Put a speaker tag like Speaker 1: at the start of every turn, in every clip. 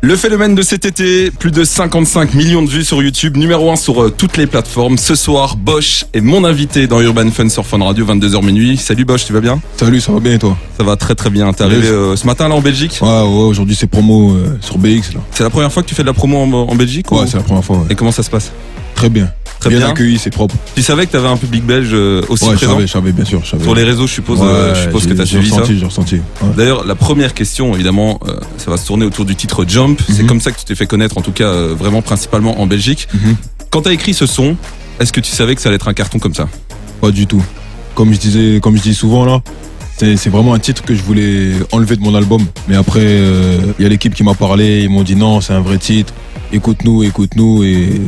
Speaker 1: Le phénomène de cet été, plus de 55 millions de vues sur YouTube, numéro 1 sur euh, toutes les plateformes. Ce soir, Bosch est mon invité dans Urban Fun sur Fun Radio, 22h minuit. Salut Bosch, tu vas bien
Speaker 2: Salut, ça va bien et toi
Speaker 1: Ça va très très bien. T'es arrivé
Speaker 2: Oui.
Speaker 1: euh, ce matin là en Belgique
Speaker 2: Ouais, ouais, aujourd'hui c'est promo euh, sur BX là.
Speaker 1: C'est la première fois que tu fais de la promo en, en Belgique ou-
Speaker 2: Ouais, c'est la première fois. ouais.
Speaker 1: Et comment ça se passe
Speaker 2: Très bien.
Speaker 1: Très bien.
Speaker 2: accueilli, c'est propre.
Speaker 1: Tu savais que t'avais un public belge euh, aussi
Speaker 2: ouais, je
Speaker 1: présent
Speaker 2: savais, je savais, bien sûr. Je savais.
Speaker 1: sur les réseaux, je suppose,
Speaker 2: Ouais,
Speaker 1: euh, je suppose
Speaker 2: j'ai-
Speaker 1: que t'as
Speaker 2: j'ai
Speaker 1: suivi ça.
Speaker 2: ressenti, J'ai ressenti, ouais.
Speaker 1: D'ailleurs, la première question, évidemment, euh, ça va se tourner autour du titre Jump. C'est
Speaker 2: Mhm.
Speaker 1: comme ça que tu t'es fait connaître, en tout cas, euh, vraiment principalement en Belgique.
Speaker 2: Mhm.
Speaker 1: Quand t'as écrit ce son, est-ce que tu savais que ça allait être un carton comme ça
Speaker 2: Pas du tout. Comme je disais, comme je dis souvent là, c'est c'est vraiment un titre que je voulais enlever de mon album. Mais après, euh, il y a l'équipe qui m'a parlé, ils m'ont dit non, c'est un vrai titre. Écoute-nous, écoute-nous et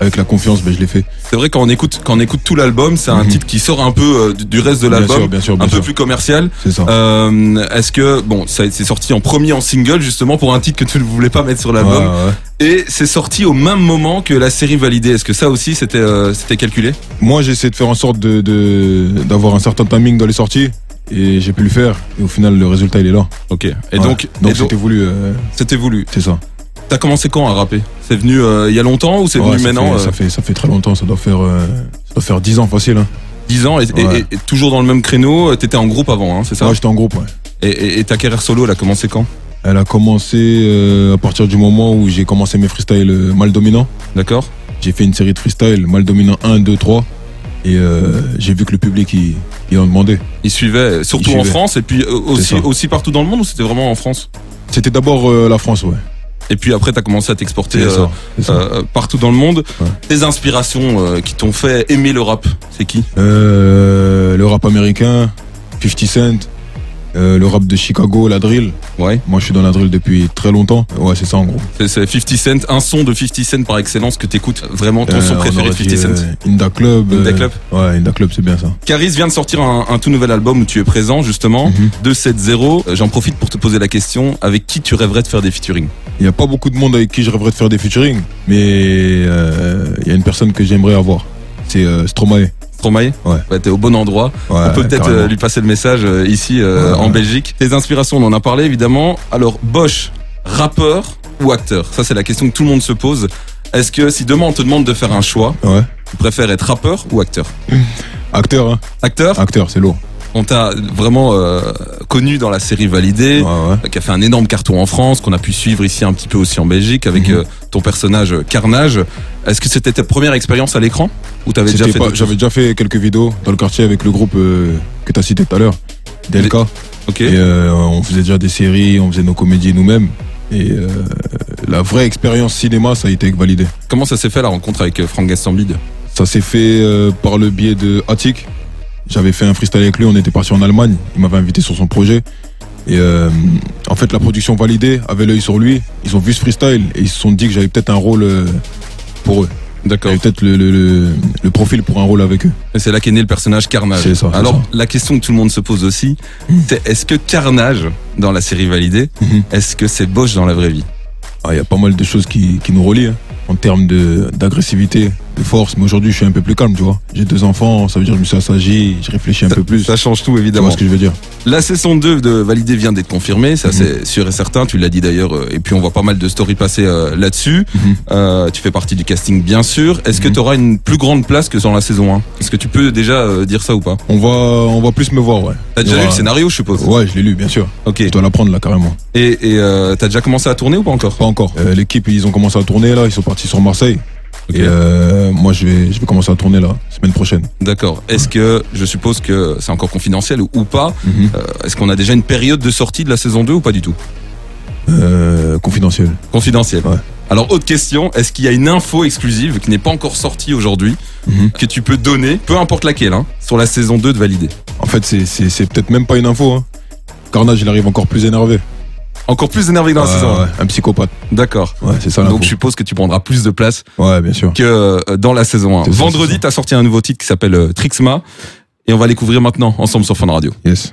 Speaker 2: avec la confiance, ben, je l'ai fait.
Speaker 1: C'est vrai quand on écoute quand on écoute tout l'album, c'est un
Speaker 2: Mhm.
Speaker 1: titre qui sort un peu euh, du- du reste de
Speaker 2: bien sûr,
Speaker 1: l'album,
Speaker 2: bien sûr,
Speaker 1: un
Speaker 2: bien
Speaker 1: peu
Speaker 2: sûr.
Speaker 1: plus commercial.
Speaker 2: C'est ça.
Speaker 1: Euh, Est-ce que bon, ça c'est sorti en premier en single justement pour un titre que tu ne voulais pas mettre sur
Speaker 2: Ouais,
Speaker 1: l'album
Speaker 2: ouais.
Speaker 1: et c'est sorti au même moment que la série validée. Est-ce que ça aussi c'était euh, c'était calculé
Speaker 2: Moi, j'ai essayé de faire en sorte de de- d'avoir un certain timing dans les sorties et j'ai pu le faire. Et au final, le résultat, il est là.
Speaker 1: Ok. Et
Speaker 2: Ouais.
Speaker 1: donc et
Speaker 2: donc
Speaker 1: donc,
Speaker 2: c'était voulu, euh,
Speaker 1: c'était voulu.
Speaker 2: c'est ça.
Speaker 1: T'as commencé quand à rapper C'est venu euh, il y a longtemps ou c'est
Speaker 2: Ouais,
Speaker 1: venu
Speaker 2: ça
Speaker 1: maintenant
Speaker 2: fait,
Speaker 1: euh,
Speaker 2: ça fait ça fait très longtemps. Ça doit faire euh, ça doit faire 10 ans facile. Hein.
Speaker 1: 10 ans et, et-
Speaker 2: Ouais.
Speaker 1: et- et toujours dans le même créneau. euh, T'étais en groupe avant, hein, c'est ça
Speaker 2: Moi, j'étais en groupe. ouais.
Speaker 1: Et, et, et ta carrière solo, elle a commencé quand
Speaker 2: Elle a commencé euh, à partir du moment où j'ai commencé mes freestyles euh, mal dominants.
Speaker 1: D'accord.
Speaker 2: J'ai fait une série de freestyles mal dominant 1, 2, 3 et euh, j'ai vu que le public il, il en demandait.
Speaker 1: Il suivait surtout
Speaker 2: Il
Speaker 1: en
Speaker 2: suivait.
Speaker 1: France et puis euh, aussi
Speaker 2: ça.
Speaker 1: aussi partout dans le monde ou c'était vraiment en France
Speaker 2: C'était d'abord euh, la France, ouais.
Speaker 1: Et puis après t'as commencé à t'exporter
Speaker 2: C'est
Speaker 1: euh,
Speaker 2: ça. c'est ça.
Speaker 1: euh, partout dans le monde.
Speaker 2: Ouais.
Speaker 1: Tes inspirations euh, qui t'ont fait aimer le rap, c'est qui
Speaker 2: Euh, le rap américain, 50 Cent, euh, le rap de Chicago, la drill.
Speaker 1: Ouais.
Speaker 2: Moi, je suis dans la drill depuis très longtemps. Ouais, c'est ça en gros.
Speaker 1: C'est- C'est 50 Cent, un son de 50 Cent par excellence que t'écoutes vraiment ton
Speaker 2: Euh,
Speaker 1: son
Speaker 2: on
Speaker 1: préféré de
Speaker 2: aurait
Speaker 1: 50
Speaker 2: dit,
Speaker 1: Cent.
Speaker 2: euh, Inda Club.
Speaker 1: Inda
Speaker 2: euh,
Speaker 1: Club.
Speaker 2: Ouais, Inda Club, c'est bien ça.
Speaker 1: Caris vient de sortir un, un tout nouvel album où tu es présent justement.
Speaker 2: Mhm.
Speaker 1: 270, Euh, j'en profite pour te poser la question, avec qui tu rêverais de faire des featuring
Speaker 2: Il n'y a pas beaucoup de monde avec qui je rêverais de faire des featuring, mais euh, il y a une personne que j'aimerais avoir. C'est euh, Stromae.
Speaker 1: Stromae
Speaker 2: Ouais.
Speaker 1: T'es au bon endroit. on peut peut-être euh, lui passer le message euh, ici euh,
Speaker 2: Ouais,
Speaker 1: en
Speaker 2: ouais.
Speaker 1: Belgique. Tes inspirations, on en a parlé évidemment. Alors Bosch, rappeur ou acteur Ça c'est la question que tout le monde se pose. Est-ce que si demain on te demande de faire un choix,
Speaker 2: Ouais.
Speaker 1: tu préfères être rappeur ou acteur
Speaker 2: Acteur, hein.
Speaker 1: Acteur,
Speaker 2: Acteur, c'est lourd.
Speaker 1: on t'a vraiment euh, connu dans la série validée.
Speaker 2: Ouais, ouais.
Speaker 1: qui a fait un énorme carton en France, qu'on a pu suivre ici un petit peu aussi en Belgique avec
Speaker 2: Mhm.
Speaker 1: euh, ton personnage euh, Carnage. Est-ce que c'était ta première expérience à l'écran ou t'avais déjà
Speaker 2: C'était
Speaker 1: fait
Speaker 2: pas-
Speaker 1: d'autres
Speaker 2: J'avais déjà fait quelques vidéos dans le quartier avec le groupe euh, que tu as cité tout à l'heure, DLK.
Speaker 1: choses Ok.
Speaker 2: Et euh, on faisait déjà des séries, on faisait nos comédies nous-mêmes. Et euh, la vraie expérience cinéma, ça a été validé.
Speaker 1: Comment ça s'est fait la rencontre avec euh, Franck Gastambide
Speaker 2: Ça s'est fait euh, par le biais de Attic. J'avais fait un freestyle avec lui, on était parti en Allemagne. Il m'avait invité sur son projet. Et euh, en fait, la production validée avait l'œil sur lui. Ils ont vu ce freestyle et ils se sont dit que j'avais peut-être un rôle euh, pour eux.
Speaker 1: D'accord.
Speaker 2: J'avais peut-être le, le- le- le profil pour un rôle avec eux.
Speaker 1: Et c'est là qu'est né le personnage Carnage.
Speaker 2: C'est ça, c'est
Speaker 1: Alors
Speaker 2: ça.
Speaker 1: la question que tout le monde se pose aussi,
Speaker 2: Mhm.
Speaker 1: c'est est-ce que Carnage dans la série validée,
Speaker 2: Mhm.
Speaker 1: est-ce que c'est Bosch dans la vraie vie
Speaker 2: Ah, Il y a pas mal de choses qui, qui nous relient hein, en termes de- d'agressivité, de, force. Mais aujourd'hui, je suis un peu plus calme, tu vois. J'ai deux enfants, ça veut dire que je me suis assagi, je réfléchis un peu plus.
Speaker 1: Ça change tout
Speaker 2: Tu vois
Speaker 1: évidemment.
Speaker 2: ce que je veux dire
Speaker 1: La saison 2 de Validé vient d'être confirmée, ça
Speaker 2: Mhm.
Speaker 1: c'est sûr et certain, tu l'as dit d'ailleurs, euh, et puis on voit pas mal de stories passer euh, là-dessus.
Speaker 2: Mhm.
Speaker 1: Euh, tu fais partie du casting bien sûr. Est-ce que
Speaker 2: Mhm.
Speaker 1: tu auras une plus grande place que dans la saison 1 Est-ce que tu peux déjà euh, dire ça ou pas
Speaker 2: On va, on va plus me voir, ouais.
Speaker 1: T'as déjà
Speaker 2: Ouais.
Speaker 1: lu le scénario je suppose
Speaker 2: Ouais, je l'ai lu, bien sûr.
Speaker 1: Ok.
Speaker 2: Je
Speaker 1: Et
Speaker 2: dois l'apprendre là, carrément.
Speaker 1: et, euh, t'as déjà commencé à tourner ou pas encore
Speaker 2: Pas encore. Euh, L'équipe, ils ont commencé à tourner là, ils sont partis sur Marseille.
Speaker 1: Ok.
Speaker 2: Et euh, moi, je vais, je vais commencer à tourner là, semaine prochaine.
Speaker 1: D'accord. Est-ce que je suppose que c'est encore confidentiel ou- ou pas Euh, Est-ce qu'on a déjà une période de sortie de la saison 2 ou pas du tout
Speaker 2: Euh, confidentiel.
Speaker 1: Confidentiel.
Speaker 2: Ouais.
Speaker 1: Alors autre question, est-ce qu'il y a une info exclusive qui n'est pas encore sortie aujourd'hui que tu peux donner, peu importe laquelle, hein, sur la saison 2 de Validé
Speaker 2: En fait, c'est- c'est c'est peut-être même pas une info. Hein. Carnage, il arrive encore plus énervé.
Speaker 1: Encore plus énervé que dans la
Speaker 2: Ouais,
Speaker 1: saison 1.
Speaker 2: ouais, un psychopathe.
Speaker 1: D'accord.
Speaker 2: Ouais, c'est ça l'info.
Speaker 1: Donc je suppose que tu prendras plus de place
Speaker 2: Ouais, bien sûr.
Speaker 1: que euh, dans la saison 1.
Speaker 2: C'est ça, c'est
Speaker 1: Vendredi,
Speaker 2: ça.
Speaker 1: t'as sorti un nouveau titre qui s'appelle euh, Trixma et on va découvrir maintenant ensemble sur Fun Radio.
Speaker 2: Yes.